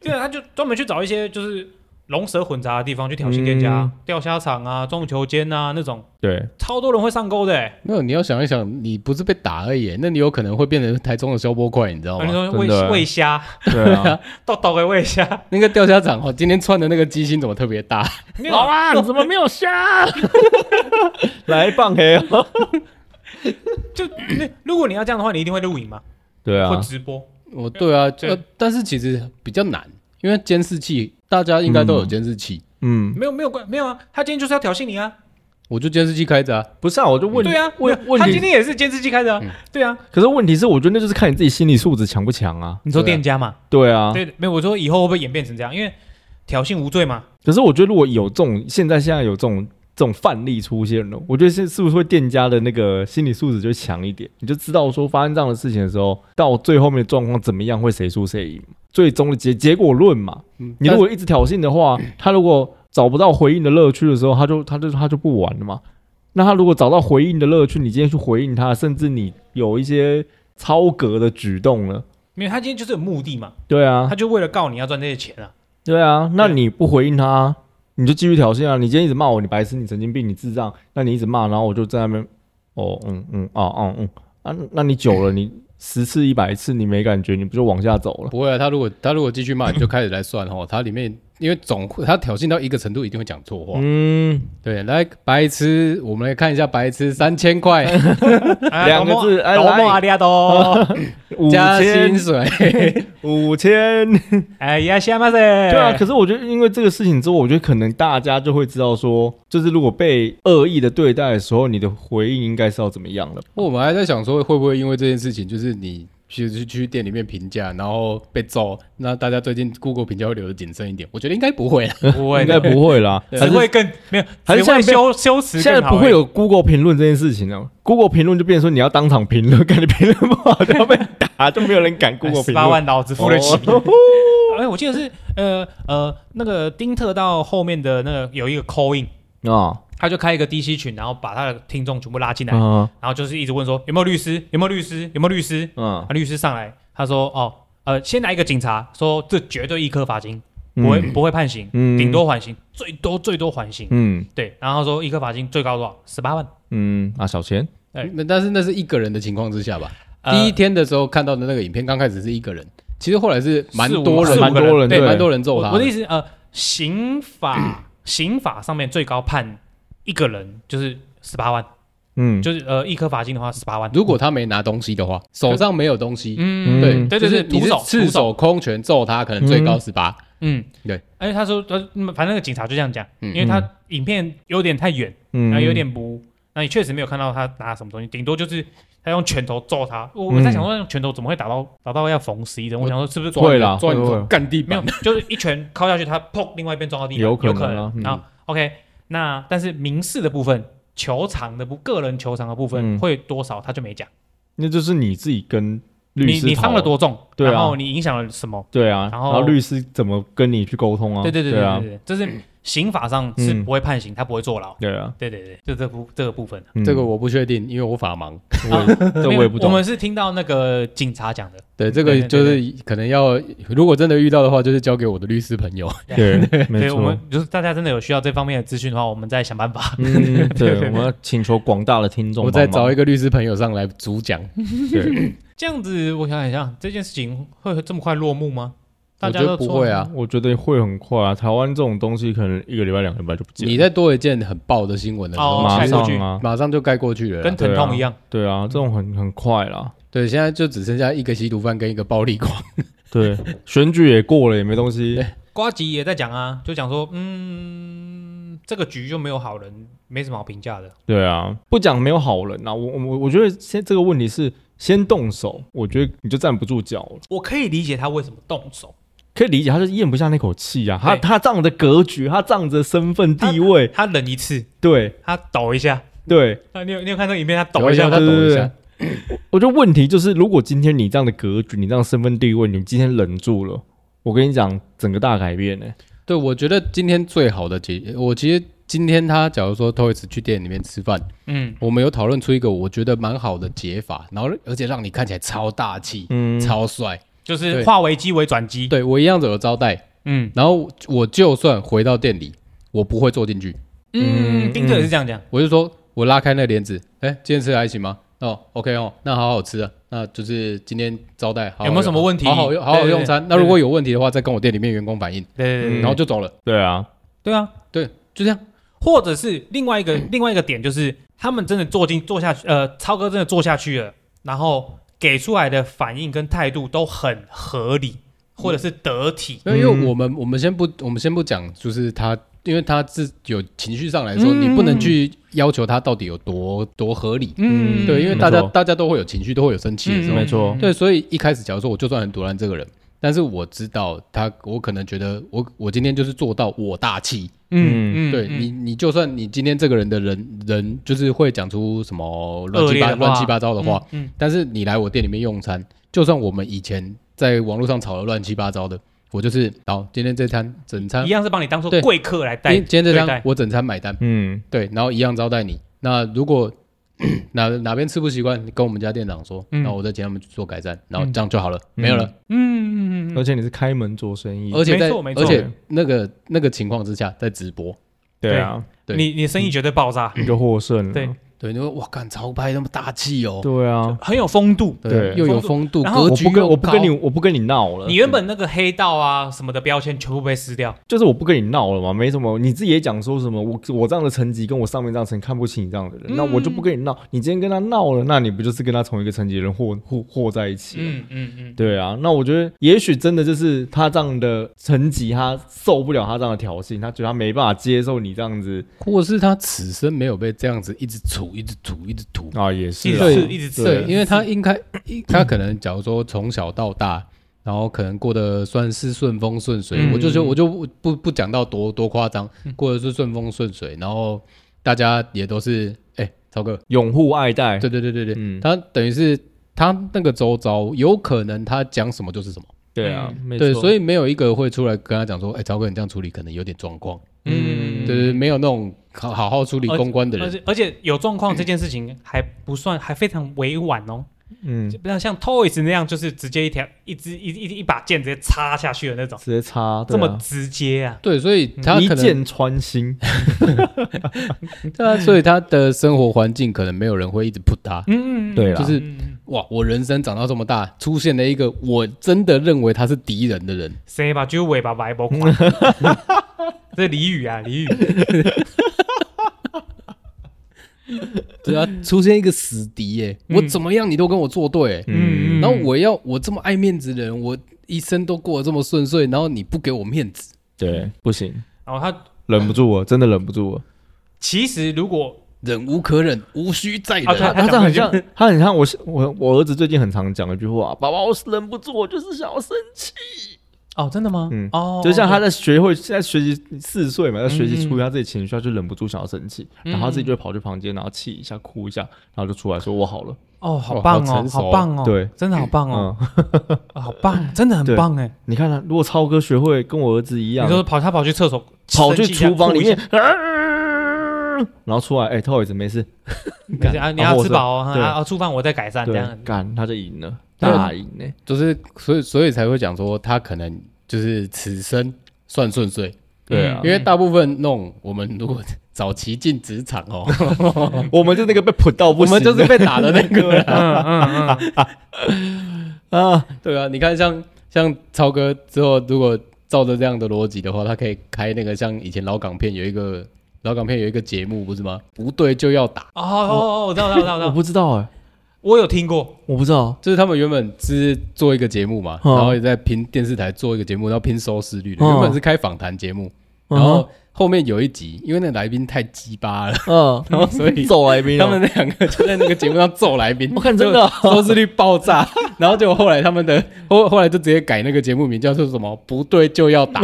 对啊，他就专门去找一些就是龙蛇混杂的地方去挑衅店家嗯，钓虾场啊、中球间啊那种，对，超多人会上钩的欸。没有，你要想一想，你不是被打而已，那你有可能会变成台中的消波块，你知道啊哎你吗？说真的欸喂喂虾，对啊，倒倒给喂虾，那个钓虾场哦，今天穿的那个鸡心怎么特别大？ 没老有 啊，你怎么没有虾？来棒黑哦， 就那如果你要这样的话，你一定会录影嘛，对会啊，直播。我对啊，对呃，但是其实比较难，因为监视器大家应该都有监视器，嗯，没有没有关没有啊，他今天就是要挑衅你啊，我就监视器开着啊。不是啊，我就问，对啊，问没有问他今题，嗯天也是监视器开的啊，对啊，可是问题是，我觉得那就是看你自己心理素质强不强啊。你说对啊店家嘛，对啊，对，没有我说以后会不会演变成这样？因为挑衅无罪嘛，可是我觉得如果有这种，现在现在有这种。这种范例出现了，我觉得是是不是会店家的那个心理素质就强一点，你就知道说发生这样的事情的时候，到最后面的状况怎么样，会谁输谁赢，最终的结结果论嘛。嗯你如果一直挑衅的话，他如果找不到回应的乐趣的时候，他就他就他就不玩了嘛。那他如果找到回应的乐趣，你今天去回应他，甚至你有一些超格的举动了，没有他今天就是有目的嘛，对啊他，就为了告你要赚这些钱 啊，对啊，那对你不回应他，啊你就继续挑衅啊！你今天一直骂我，你白痴，你神经病，你智障，那你一直骂，然后我就在那边，哦，嗯嗯，哦哦嗯啊，那你 久了，你十次一百次你没感觉，你不就往下走 了？不会啊，他如果他如果继续骂，你就开始来算哦，他里面因为总会他挑衅到一个程度，一定会讲错话。嗯，对，来白痴，我们来看一下白痴三千块哎两个字哎多来么阿利亚 多，五加薪千，水， 五千，哎呀，下马噻，对对啊。可是我觉得，因为这个事情之后，我觉得可能大家就会知道说，就是如果被恶意的对待的时候，你的回应应该是要怎么样的。我们还在想说会不会因为这件事情，就是你去去去店里面评价，然后被揍，那大家最近 Google 评价会留的谨慎一点，我觉得应该不会啦。不会应该的，不 会啦，只会更没有，还只是现在会被修修辞现在更好而已。哎欸不会有 Google 评论这件事情了。Google 评论就变成说你要当场评论，感觉评论不好就要被打，就没有人敢 Google 哎十评八论。万老子付得起。哦 哎，我记得是呃呃那个丁特到后面的那个有一个 call in， 啊他就开一个 DC 群，然后把他的听众全部拉进来，啊然后就是一直问说有没有律师，有没有律师，有没有律师？嗯啊，律师上来，他说哦，呃，先来一个警察，说这绝对一颗罚金，不会、不会判刑，嗯顶多缓刑，最多最多缓刑。嗯对，然后他说一颗罚金最高多少？十八万。嗯啊小钱对那但是那是一个人的情况之下吧。哎呃第一天的时候看到的那个影片，刚开始是一个人，其实后来是蛮四五多人四五蛮个多人人对对蛮多人揍我他我的意思，呃， 刑法刑法上面最高判一个人就是十八万，嗯，就是呃一颗罚金的话是十八万。如果他没拿东西的话，手上没有东西，嗯，对嗯对就对是对，你徒是手赤徒手，手空拳揍他，可能最高十八。嗯，对。而且他说他反正那个警察就这样讲，嗯因为他影片有点太远，嗯然后有点不，那你确实没有看到他拿什么东西，顶多就是他用拳头揍他。我嗯我在想说，用拳头怎么会打到打到要缝十一针？我想说是不是撞会啦，抓会你会头干地没有板，，就是一拳敲下去，他砰，另外一边撞到地板，有有可能啊能。嗯然后 OK，那但是民事的部分，球场的部个人球场的部分嗯会多少，他就没讲。那就是你自己跟律你师你讨伤了论，多重，对啊然后你影响了什么？对啊，然然后后律师怎么跟你去沟通啊？对对对对对啊对，对，这是刑法上是嗯不会判刑，他不会坐牢。对啊，对对对，就这部这个部分。嗯这个我不确定，因为我法盲。啊 这没有我也不我懂，们是听到那个警察讲的，嗯对，这对个对就是可能要，如果真的遇到的话，就是交给我的律师朋友。对，没对，我错们，就是大家真的有需要这方面的资讯的话，我们再想办法。 嗯，对，我们要请求广大的听众我帮忙，再找一个律师朋友上来主讲，对，这样子，我想想一下，这件事情会这么快落幕吗？大我家觉得都不错会，啊。我觉得会很快啊，台湾这种东西可能一个礼拜、两个礼拜就不见了，你再多一件很爆的新闻的时候，哦马盖过上去啊，马上就盖过去了啦。跟疼痛一样。对啊，这种很很快啦。对，现在就只剩下一个吸毒犯跟一个暴力狂。对， 选举也过了，也没东西。瓜吉也在讲啊，就讲说，嗯，这个局就没有好人，没什么好评价的。对啊，不讲没有好人啊。我我我我觉得先这个问题是先动手，我觉得你就站不住脚了。我可以理解他为什么动手，可以理解，他就是咽不下那口气啊。他对他仗着格局，他仗着身份地位，他忍一次，对他抖一下。对。啊，你有你有看那个影片，他抖抖一下，他他抖一下。我觉得问题就是，如果今天你这样的格局，你这样身份地位，你今天忍住了，我跟你讲，整个大改变呢、欸对，我觉得今天最好的解，我其实今天他假如说 Toys 去店里面吃饭，嗯，我们有讨论出一个我觉得蛮好的解法，然后而且让你看起来超大气、嗯，超帅。就是对化危机为转机。对我一样怎么招待，嗯然后我就算回到店里，我不会坐进去，嗯嗯，丁特也是这样讲。我就说我拉开那帘子，哎，今天吃还行吗？哦，OK 哦，那好好吃啊，那就是今天招待好好有没有什么问题嗯好好用，好好对对用餐。对那如果有问题的话，再跟我店里面员工反映，对对嗯对然后就走了。对啊，对啊，对，就这样。或者是另外一个另外一个点，就是他们真的做进做下去，呃，超哥真的做下去了，然后给出来的反应跟态度都很合理，或者是得体。那因为嗯我们我们先不我们先不讲，就是他，因为他是有情绪上来的时候，嗯你不能去要求他到底有多多合理。嗯对，因为大没家错大家都会有情绪，都会有生嗯气的时候。没错对，所以一开始假如说我就算很毒烂这个人，但是我知道他，我可能觉得我我今天就是做到我大气。嗯对你，你就算你今天这个人的人人就是会讲出什么乱七八恶劣的话乱七八糟的话，，嗯但是你来我店里面用餐，就算我们以前在网络上吵得乱七八糟的，我就是好，今天这餐整嗯，餐一，样是帮你当做对贵客来今待。天今天这对餐待我整餐买单，嗯对，然后一样招待你。那如果 哪哪边吃不习惯，你跟我们家店长说，嗯然后我再请他们去做改善，然后嗯这样就好了，嗯没有了。嗯嗯嗯而且你是开门做生意，而且在没错没错而且那个那个情况之下，在直播，对啊，对嗯，你你生意绝对爆炸，你就获胜了，哦对对，你说哇，干潮牌那么大气哦，对啊，很有风度。对又有风度，然后格我局不跟又我不跟高你我不跟你闹了，你原本那个黑道啊什么的标签全部被撕掉，就是我不跟你闹了嘛，没什么。你自己也讲说什么，我我这样的层级跟我上面这样层看不起你这样的人，那我就嗯不跟你闹。你今天跟他闹了，那你不就是跟他同一个层级的人和和和在一起？嗯嗯嗯，对啊，那我觉得也许真的就是他这样的层级，他受不了他这样的挑衅，他觉得他没办法接受你这样子或是他此生没有被这样子一直杵、一直杵、一直杵。啊，也是一直啊，吃一直吃，对，因为他应该， 一他可能假如说从小到大，然后可能过得算是顺风顺水，嗯我就说我就不不不讲到多多夸张，过得是顺风顺水，然后大家也都是，哎、超哥，拥护爱戴，对对对对对，嗯，他等于是他那个周遭有可能他讲什么就是什么，对啊，嗯没错，对，所以以没有一个会出来跟他讲说，哎、超哥你这样处理可能有点状况，嗯对对对，没有那种好好好处理哦而公关的而人，且而且有状况这件事情还不算，还非常委婉哦，嗯，就不像像 Toys 那样，就是直接一条一支一一一把剑直接插下去的那种，直接插，对这啊么直接啊。对，所以他一可能箭穿心，对啊，所以他的生活环境可能没有人会一直扑他。嗯，嗯对啊，啦就是嗯哇，我人生长到这么大，出现了一个我真的认为他是敌人的人，谁把猪尾巴白包 垮？这俚语啊，俚语。对啊，出现一个死敌耶、嗯我怎么样你都跟我作对耶、嗯嗯然后我要我这么爱面子的人，我一生都过得这么顺遂，然后你不给我面子，对，不行，然后他忍不住我，真的忍不住我。其实如果忍无可忍，无需再忍。啊对他他这样很像，他很像我是我我儿子最近很常讲一句话：“爸爸，我是忍不住，我就是想要生气。哦，真的吗？嗯哦，就像他在学会，现在学习四岁嘛，在学习嗯嗯处理他自己情绪，他就忍不住想要生气，嗯然后他自己就会跑去房间，然后气一下、哭一下，然后就出来说：“我好了。哦，好棒哇好哦，成熟好棒哦，对，真的好棒哦，嗯，啊好棒，真的很对棒哎。你看他、如果超哥学会跟我儿子一你样，说跑他跑去厕所，跑去生气一下厨房里，面吐一下，啊 然后出来，哎、偷椅子没事，没事啊，你然要后我吃是饱哦，啊对啊，触犯我再改善这样对，。干他就赢了，对大赢欸呢、就是所以所以才会讲说他可能就是此生算顺遂，对啊因为大部分那种我们如果 早期进职场 哦， 我们就那个被扑到我不行们的，就是被打的那个啦。嗯嗯嗯， 啊，对啊，你看像像超哥之后，如果照着这样的逻辑的话，他可以开那个像以前老港片有一个老港片有一个节目不是吗？不对就要打，哦哦哦，我知道，我知道，我知我道，不知道哎、我有听过，我不知道，就是他们原本是做一个节目嘛，嗯然后也在拼电视台做一个节目，然后拼收视率的。嗯原本是开访谈节目，哦然后后面有一集，因为那来宾太鸡巴了，嗯，然后所以走来宾他们两个就在那个节目上揍来宾哎，我看真的哦就收视率爆炸。然后就后来他们的后后来就直接改那个节目名叫做什么？不对就要打。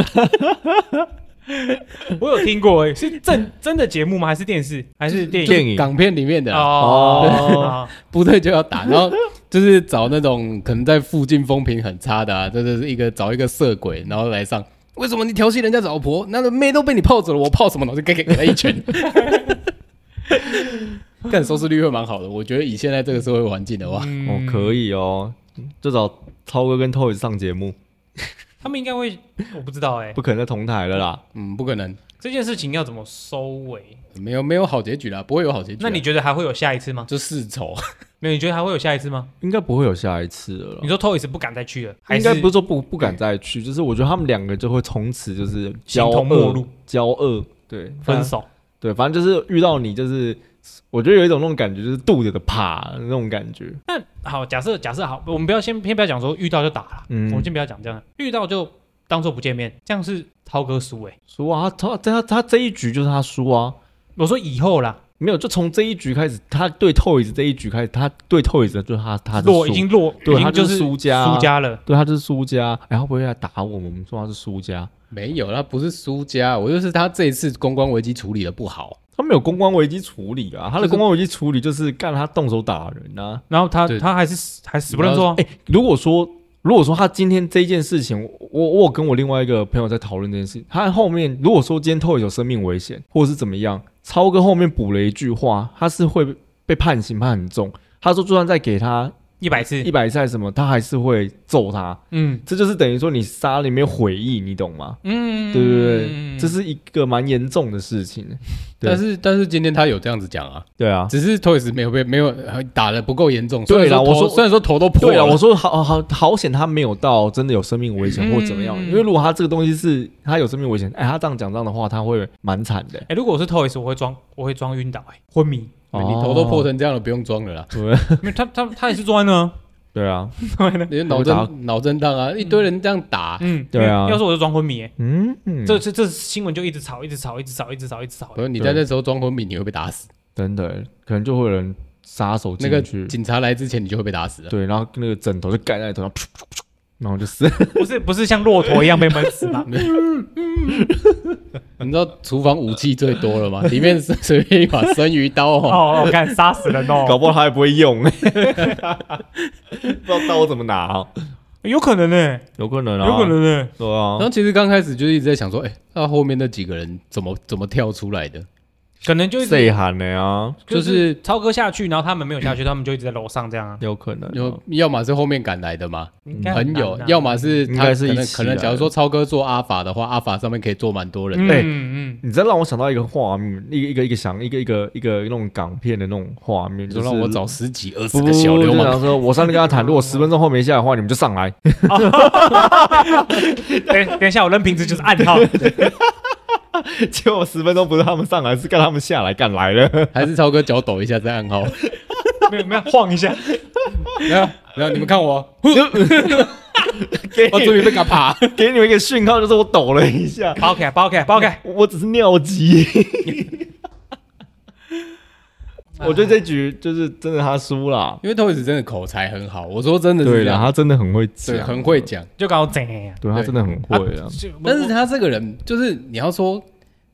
我有听过，哎，是真真的节目吗？还是电视？还是电影？电影港片里面的啊、哦，不对就要打，然后就是找那种可能在附近风评很差的、啊， 这就是一个找一个色鬼，然后来上。为什么你调戏人家老婆？那个妹都被你泡走了，我泡什么呢？我就给给给他一拳。 但收视率会蛮好的，我觉得以现在这个社会环境的话，嗯哦，可以哦，就找超哥跟 Toys 上节目，他们应该会，我不知道哎，不可能再同台了啦。嗯，不可能，这件事情要怎么收尾？没有没有好结局啦，不会有好结局啦。啊那你觉得还会有下一次吗？就世仇，没有，你觉得还会有下一次吗？应该不会有下一次了你说啦。Toys 不敢再去了，还应该是不是说不不敢再去，就是我觉得他们两个就会从此就是形交同陌恶路，交恶，对，分手？对，反正就是遇到你就是，我觉得有一种那种感觉，就是肚子的爬那种感觉。那好，假设假设好，我们不要先先不要讲说遇到就打了，嗯我们先不要讲这样，遇到就当做不见面，这样是涛哥输哎、输啊，他他他他这一局就是他输啊，我说以后啦，没有，就从这一局开始，他对 Toys 这一局开始，他对 Toys 的就是他他是落输已经落，对已经他就是是输家啊输家了。对他就是输家，然后不会来打我们，我们说他是输家， 没有，他不是输家，我就是他这一次公关危机处理的不好。他没有公关危机处理啊，他就的是公关危机处理就是干他动手打人啊。然后他对他还是死还死不认错、啊，哎、如果说如果说他今天这件事情，我我我有跟我另外一个朋友在讨论这件事，他后面如果说今天 Toys 有生命危险或者是怎么样，超哥后面补了一句话，他是会被判刑判很重。他说，就算再给他一百次一，百次还是什么，他还是会揍他。嗯这就是等于说你杀了里面悔意，你懂吗？嗯，对对对，这是一个蛮严重的事情。对但是但是今天他有这样子讲啊，对啊，只是 Toys 没有被没有呃打的不够严重。对了，啦我说虽然说头都破对了，啊，我说好好好险，他没有到真的有生命危险嗯或怎么样，因为如果他这个东西是他有生命危险，哎，他这样讲这样的话，他会蛮惨的哎、。如果我是 Toys，我会装我会装晕倒、哎，昏迷，哦你哦头都破成这样了，不用装了 啦，对因为他他他也是装呢、啊，对啊，你的脑我打嗯震脑震荡啊，一堆人这样打，嗯，对啊要是我就装昏迷、哎嗯，嗯这这这新闻就一直吵，一直吵，一直吵，一直吵，一直吵不，是你在那时候装昏迷，你会被打死。真的可能就会有人杀手那个进去，警察来之前，你就会被打死了。对，然后那个枕头就盖 在头上，噗噗噗噗然后就死。不是不是像骆驼一样被闷死吧？嗯你知道厨房武器最多了 吗？里面随随便一把生鱼刀哦，哦，我看杀死人哦， 搞不好他也不会用，不 知道刀怎么拿啊，有可能呢、有可能啊，有可，能呢、对啊然，后其实刚开始就一直在想说，哎，那后面那几个人怎么怎么跳出来的？可能就一直谁喊的呀？就是超哥下去，然后他们没有下去，他们就一直在楼上这样啊。有可能啊就要么是后面赶来的嘛，应该很朋难友啊，要么是他嗯应该是可一能起可能，来假如的说超哥做阿法的话，阿法上面可以坐蛮多人嗯的。哎嗯，你这让我想到一个画面，一个一个一个想一个一个一个那种港片的那种画面，你就说是让我找十几二不十不个不，小流就氓想说，我上去跟他谈，如果十分钟后没下来的话，你们就上来。等等一下，我扔瓶子就是暗号。结果十分钟不是他们上来，是看他们下来，干 来了。还是超哥脚抖一下再按号？没有没有晃一下，没有没有，你们看我，呼给我终于被嘎趴。给你们一个讯号，就是我抖了一下，包开包开包开。我只是尿 急。我觉得这局就是真的他输了。因为 Toys 真的口才很好，我说真的对是这了，样，他真的很会对，讲，很会，讲。就搞怎样？对他真的很会啊。就但是我他这个人，就是你要说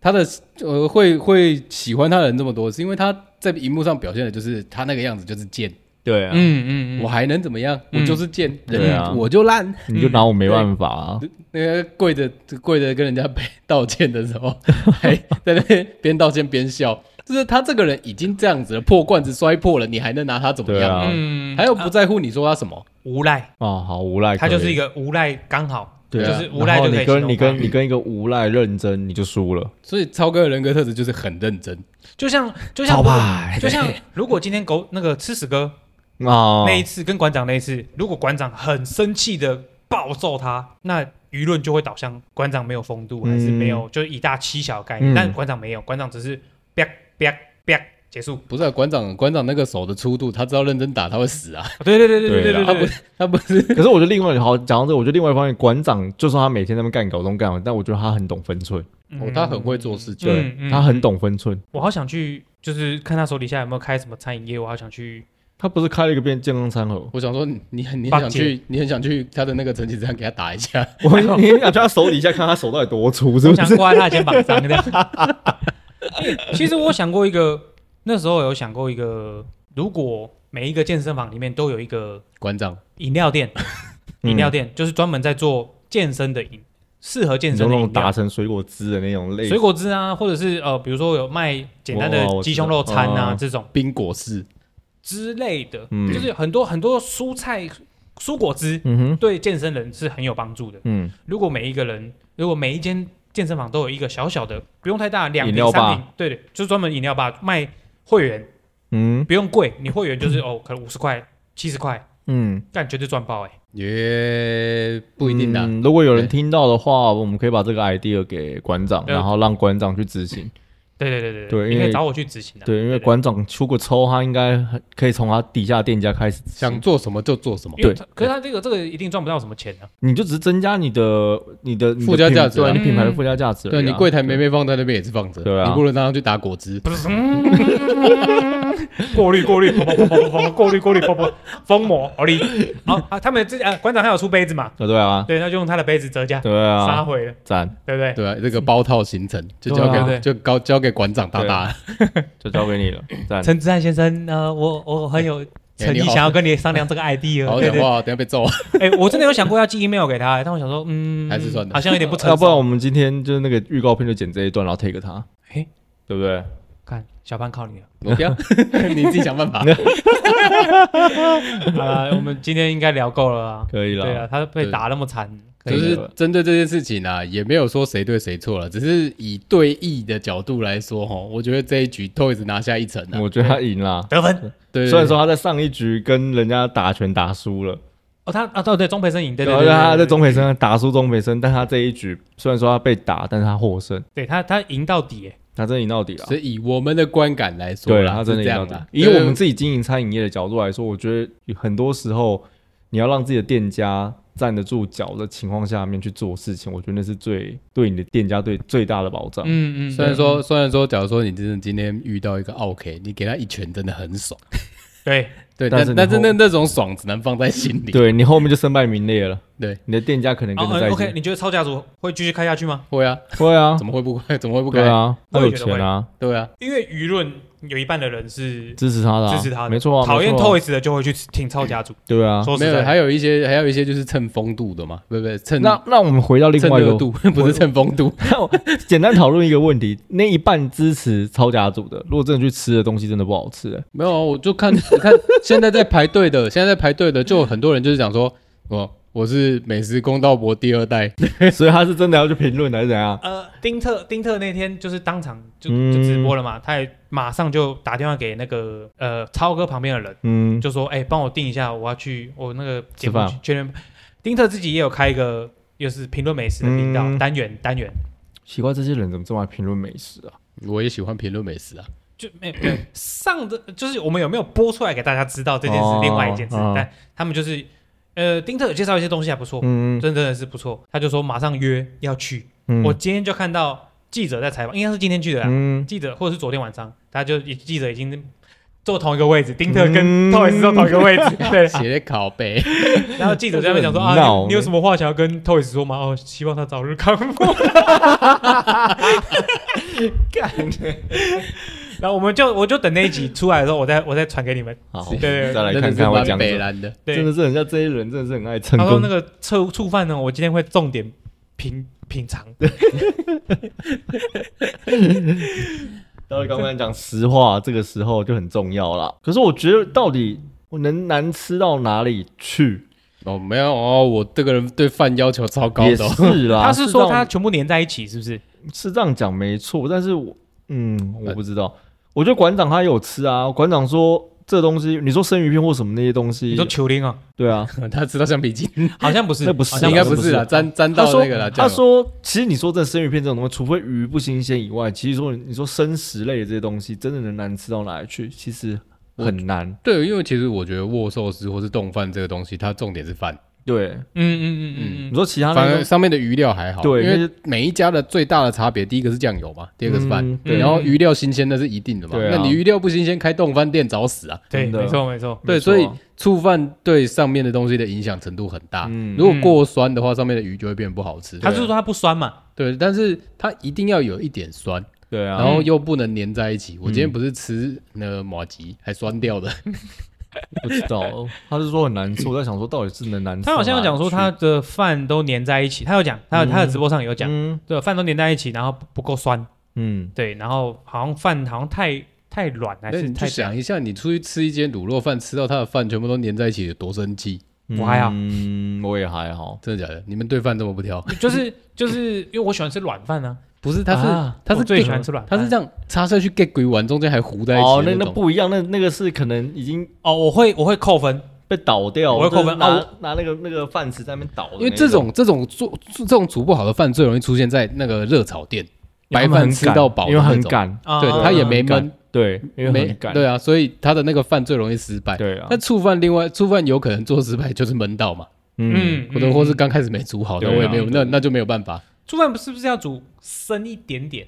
他的呃会会喜欢他的人这么多，是因为他在荧幕上表现的就是他那个样子就是贱，对啊，嗯嗯嗯，我还能怎么样？嗯我就是贱，对人啊我就烂。你就拿我嗯没办法啊。那个跪着跪着跟人家赔道歉的时候， 还在那边边道歉边笑，就是他这个人已经这样子了，破罐子摔破了，你还能拿他怎么对样？啊，嗯还有不在乎你说他什么？无赖，哦，好无赖，他就是一个，个无赖，刚好对就啊，是无赖然就后可以你形容跟他。你跟你跟一个无赖认真，你就输了。所以超哥的人格特质就是很认真，就像就像超如果派就像如果今天狗那个吃屎哥哦啊那一次跟馆长那一次，如果馆长很生气的暴揍他，那舆论就会导向馆长没有风度，还是没有就是以大欺小的概念。嗯但馆长没有，馆长只是啪啪啪结束。不是、啊、馆长馆长那个手的粗度，他知道认真打他会死啊，对对对对对对对对他对不他不是可是我觉得另外好讲到这个，我觉得另外一方面，馆长就算他每天在那边干搞东干搞，但我觉得他很懂分寸，嗯哦，他很会做事情。嗯嗯他很懂分寸。我好想去，就是看他手底下有没有开什么餐饮业，我好想去。他不是开了一个变健康餐盒，我想说你，你很你巴很想结去，你很想去他的那个陈启章给他打一下，我你想去他手底下看他手到底多粗，是我不想是？挂在他的肩膀上这样。 欸其实我想过一个，那时候有想过一个，如果每一个健身房里面都有一个馆长饮料店，嗯饮料店就是专门在做健身的饮，适合健你说身那的种饮打料，成水果汁的那种类，水果汁啊，或者是呃，比如说有卖简单的哦我知道鸡胸肉餐啊哦这种冰果室，之类的，嗯就是很多很多蔬菜、蔬果汁嗯哼，对健身人是很有帮助的。嗯，如果每一个人，如果每一间健身房都有一个小小的，不用太大，两饮瓶料三吧瓶，对对，就是专门饮料吧，卖会员嗯不用贵，你会员就是哦，可能五十块、七十块，嗯，但绝对赚爆哎、欸！也不一定啊的、嗯如果有人对听到的话，我们可以把这个 idea 给馆长，对然后让馆长去执行。对对对对对因为你可以找我去执行的、啊。对，因为馆长出个抽，他应该可以从他底下店家开始执行想做什么就做什么。因为对他可是他这个这个一定赚不到什么钱呢、你就只是增加你的你的你的附加品价值啊对你品牌的嗯附加价值而已啊。对你柜台妹妹放在那边也是放着，对啊你不如让他去打果汁。不是，过滤过滤，跑跑跑跑跑跑，过滤过滤，跑跑封膜好力。好啊，他们之前呃馆长还有出杯子嘛？啊，对啊，对，那就用他的杯子折价对杀啊，回了，赞，对不对？对啊，这个包套行程就对交啊给、对就交交给馆长大大。就交给 你了，赞。陈志汉先生，呃，我我很有诚意你好想要跟你商量这个 idea，好好对讲对话，等下被揍。 哎、我真的有想过要寄 email 给他，但我想说，嗯，还是算了好像有点不成熟。要不然我们今天就是那个预告片就剪这一段，然后 take 他，哎对不对？看小潘靠你了。 我不要， 你自己想办法。好了，我们今天应该聊够了啊。可以对了，啊，他被打那么惨，可就以是了针对这件事情啊，也没有说谁对谁错了，只是以对弈的角度来说，哈，我觉得这一局 Toys 拿下一城啊。我觉得他赢了。得分对，嗯虽然说他在上一局跟人家打拳打输了，哦，他啊，对对，钟培生赢，对对然对后对，啊他在中，钟培生打输钟培生，但他这一局虽然说他被打，但是他获胜，对他他赢到底，哎他真的赢到底了。所以以我们的观感来说对啦，他真的是这赢到样底啦。。以我们自己经营餐饮业的角度来说，我觉得很多时候你要让自己的店家站得住脚的情况下面去做事情，我觉得那是最对你的店家最最大的保障。嗯嗯，虽然说，虽然说，假如说你真的今天遇到一个 OK，你给他一拳真的很爽，对，对，但但是但你是后那那种爽只能放在心里，对你后面就身败名裂了，对，你的店家可能哦跟着在一起。 ，OK，你觉得超家族会继续开下去吗？会啊，会啊 怎，么会不会？怎么会不对该？啊，他我也有觉得钱啊，对啊，因为舆论有一半的人是支持他的啊，支持他的没错啊，讨厌没错啊 Toys 的，就会去挺超家族。对啊。说没实有，还在，有一些，还有一些就是蹭风度的嘛，不不，蹭那那我们回到另蹭外一热个度， 不是蹭风度。简单讨论一个问题：那一半支持超家族的，如果真的去吃的东西，真的不好吃、欸。没有啊，我就看， 你看现在在排队的，现在在排队的，就有很多人就是讲说，我我是美食公道博第二代，欸所以他是真的要去评论还是怎样？呃，丁特丁特那天就是当场就嗯就直播了嘛，他也马上就打电话给那个呃超哥旁边的人，嗯，就说：“哎、帮我订一下，我要去我那个节吃目饭去啊确认。”丁特自己也有开一个，又是评论美食的频道、嗯单元单元，奇怪，这些人怎么这么爱评论美食啊？我也喜欢评论美食啊。就没对上的就是我们有没有播出来给大家知道这件事，哦另外一件事，哦但他们就是呃，丁特有介绍一些东西还不错，嗯，真真的是不错，他就说马上约要去，嗯我今天就看到记者在采访，应该是今天去的啦，嗯，记者或者是昨天晚上，他就记者已经坐同一个位置，丁特跟嗯 Toys 坐同一个位置，对，啊写拷贝， 然后记者在那边讲说真的啊，很闹你你有什么话想要跟 Toys 说吗？哦，希望他早日康复。干， 然后我们就我就等那一集出来的时候，我再我再传给你们。好，对对对再来真的看是看我蛮讲北什么。蓝的。对真，的是人家这些人真的是很爱蹭他说那攻，个触触犯呢，我今天会重点品品尝。到底刚刚讲实话，这个时候就很重要啦。可是我觉得到底我能难吃到哪里去？哦，没有哦，我这个人对饭要求超高也的哦、啊是 啦，他是说这他样全部粘在一起，是不是？是这样讲没错，但是我嗯，我不知道。我觉得馆长他有吃啊，馆长说这东西，你说生鱼片或什么那些东你西说，球林啊，对啊，他吃到橡皮筋，好像不是，那不是好像应该不不是是啦，沾沾他到说那个啦。他酱油说，其实你说这生鱼片这种东西，除非鱼不新鲜以外，其实说你说生食类的这些东西，真的能难吃到哪里去？其实很难。对，因为其实我觉得握寿司或是冻饭这个东西，它重点是饭，对，嗯嗯嗯嗯你嗯，说其他反那而种上面的鱼料还好。对因那为些每一家的最大的差别，第一个是酱油嘛，第二个是饭，嗯对然后鱼料新鲜那是一定的嘛。对啊那你鱼料不新鲜，开冻饭店找死啊！对，真的没错没错。对，没错啊所以触饭对上面的东西的影响程度很大。嗯如果过酸的话，上面的鱼就会变不好吃。啊啊他是说他不酸嘛？对，但是它一定要有一点酸，对啊，嗯然后又不能粘在一起。我今天不是吃那个马吉，还酸掉的。不知道， 他是说很难吃，我在想说到底是能难吃到他哪好里啊去。像有讲说他的饭都粘在一起，他有讲，他有他的直播上有讲，嗯对，饭都粘在一起，然后不不够酸，嗯，对，然后好像饭好像太太软还那是你太就想一下，你出去吃一间卤肉饭，吃到它的饭全部都粘在一起，有多生气？我还好嗯，我也还好。真的假的？你们对饭这么不 挑？就是就是因为我喜欢吃软饭 啊，不是，它是、啊它是我最给喜欢吃软它饭是这样插下去给鬼玩，中间还糊在一起哦，的那那种不一样，那那个是可能已经哦，我会我会扣分，被倒掉，我会扣分就是拿啊拿那个那个饭匙在那边倒的那，因为这种这种做这种煮不好的饭，最容易出现在那个热炒店，因白为他们饭很吃赶到饱的因为那很种。赶，啊对，啊它啊也啊没很赶焖，对，因为没很赶，对啊，所以它的那个饭最容易失败。对啊那，醋饭另外醋饭有可能做失败就是焖到嘛，嗯，或者或是刚开始没煮好，那对啊我也没有，那那就没有办法。煮饭不是不是要煮深一点点？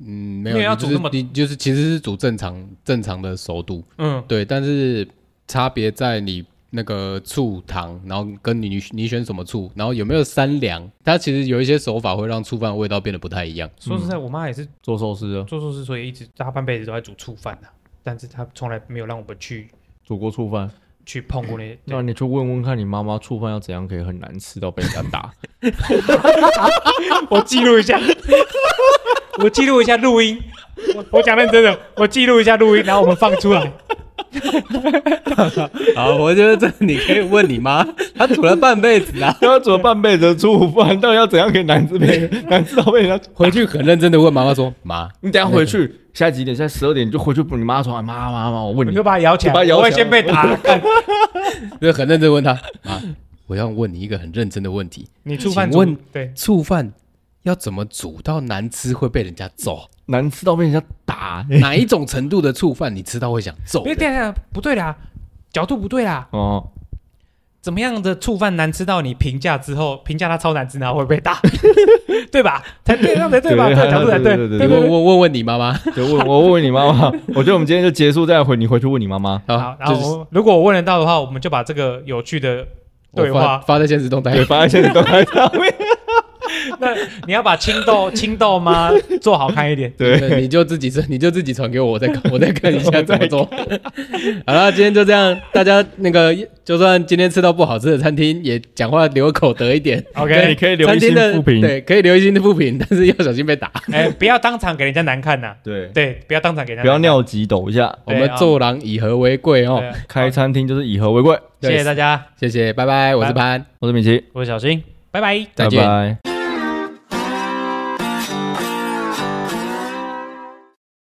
嗯，没没有，有要你就煮是那么你就是其实是煮正常正常的熟度，嗯，对，但是差别在你那个醋糖，然后跟你你选什么醋，然后有没有三两，它其实有一些手法会让醋饭的味道变得不太一样。说实在，我妈也是做寿司的，做寿司，所以一直大半辈子都在煮醋饭的、但是她从来没有让我们去煮过醋饭，去碰过那嗯些。那你去问问看你妈妈醋饭要怎样可以很难吃到被人家打， 我记录一下， 我记录一下录音。我我讲认真的，我记录一下录音，然后我们放出来。好，我觉得这你可以问你妈，她煮了半辈子啊，要煮半辈子的醋饭，到底要怎样可以难吃 被难吃到被人家？回去很认真的问妈妈说，妈， 你等一下回去，现在几点？现在十二点你就回去，你妈说，哎妈妈妈，我问你你就，把它摇起来，把它摇起来我会先被 打。干就很认真地问她，妈，我要问你一个很认真的问题，你醋饭请问煮对，醋饭要怎么煮到难吃会被人家揍？难吃到被人家打，哪一种程度的醋饭你吃到会想揍因为人？等一下啊不对啦，角度不对啦， 哦，怎么样的醋饭难吃到你评价之后，评价它超难吃，然后会被 打，对吧？才对，这样才对吧？对这个角度才对，对对对对你对问对。问问问你 妈妈，就问我问你妈 妈，我觉得我们今天就结束，再回你回去问你妈妈。好，然就后是我们如果我问得到的话，我们就把这个有趣的对我发话，发在现实动态对，，发现你都在上 面。 那你要把青豆青豆 吗做好看一点。对，你就自己你就自己传给我，我再 看，我再看一下怎么做。 好了，今天就这样，大家那个就算今天吃到不好吃的餐厅，也讲话留口德一点。对 OK，你可以留餐一厅星的复评。对，可以留一星的不评，但是要小心被打。哎，不要当场给人家难看呐。对，对，不要当场给人家不要难看。尿急抖一下。我对们做狼以和为贵哦，对开餐厅就是以和为贵。谢谢大家，谢谢，拜拜，我是潘，我是米奇，我是小新，拜拜。再见拜拜